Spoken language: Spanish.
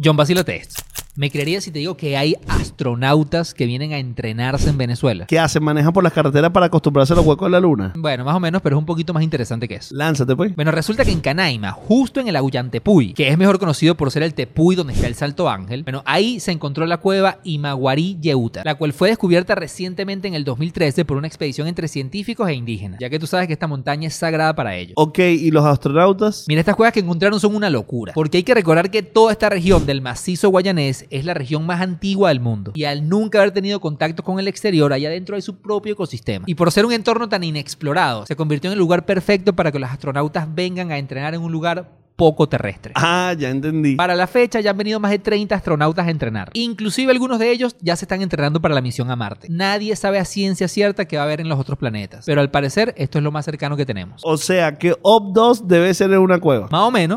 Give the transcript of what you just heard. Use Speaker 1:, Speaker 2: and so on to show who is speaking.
Speaker 1: John, vacílate esto. Me creería si te digo que hay astronautas que vienen a entrenarse en Venezuela.
Speaker 2: ¿Qué hacen? ¿Manejan por las carreteras para acostumbrarse a los huecos de la luna?
Speaker 1: Bueno, más o menos, pero es un poquito más interesante que eso.
Speaker 2: Lánzate, pues.
Speaker 1: Bueno, resulta que en Canaima, justo en el Agullantepuy, que es mejor conocido por ser el Tepuy donde está el Salto Ángel, bueno, ahí se encontró la cueva Imaguarí Yeuta, la cual fue descubierta recientemente en el 2013 por una expedición entre científicos e indígenas, ya que tú sabes que esta montaña es sagrada para ellos.
Speaker 2: Ok, ¿y los astronautas?
Speaker 1: Mira, estas cuevas que encontraron son una locura, porque hay que recordar que toda esta región del macizo guayanés es la región más antigua del mundo, y al nunca haber tenido contacto con el exterior, allá adentro hay su propio ecosistema. Y por ser un entorno tan inexplorado, se convirtió en el lugar perfecto para que los astronautas vengan a entrenar en un lugar poco terrestre.
Speaker 2: Ah, ya entendí.
Speaker 1: Para la fecha ya han venido más de 30 astronautas a entrenar. Inclusive algunos de ellos ya se están entrenando para la misión a Marte. Nadie sabe a ciencia cierta qué va a haber en los otros planetas, pero al parecer esto es lo más cercano que tenemos.
Speaker 2: O sea que Op 2 debe ser en una cueva.
Speaker 1: Más o menos.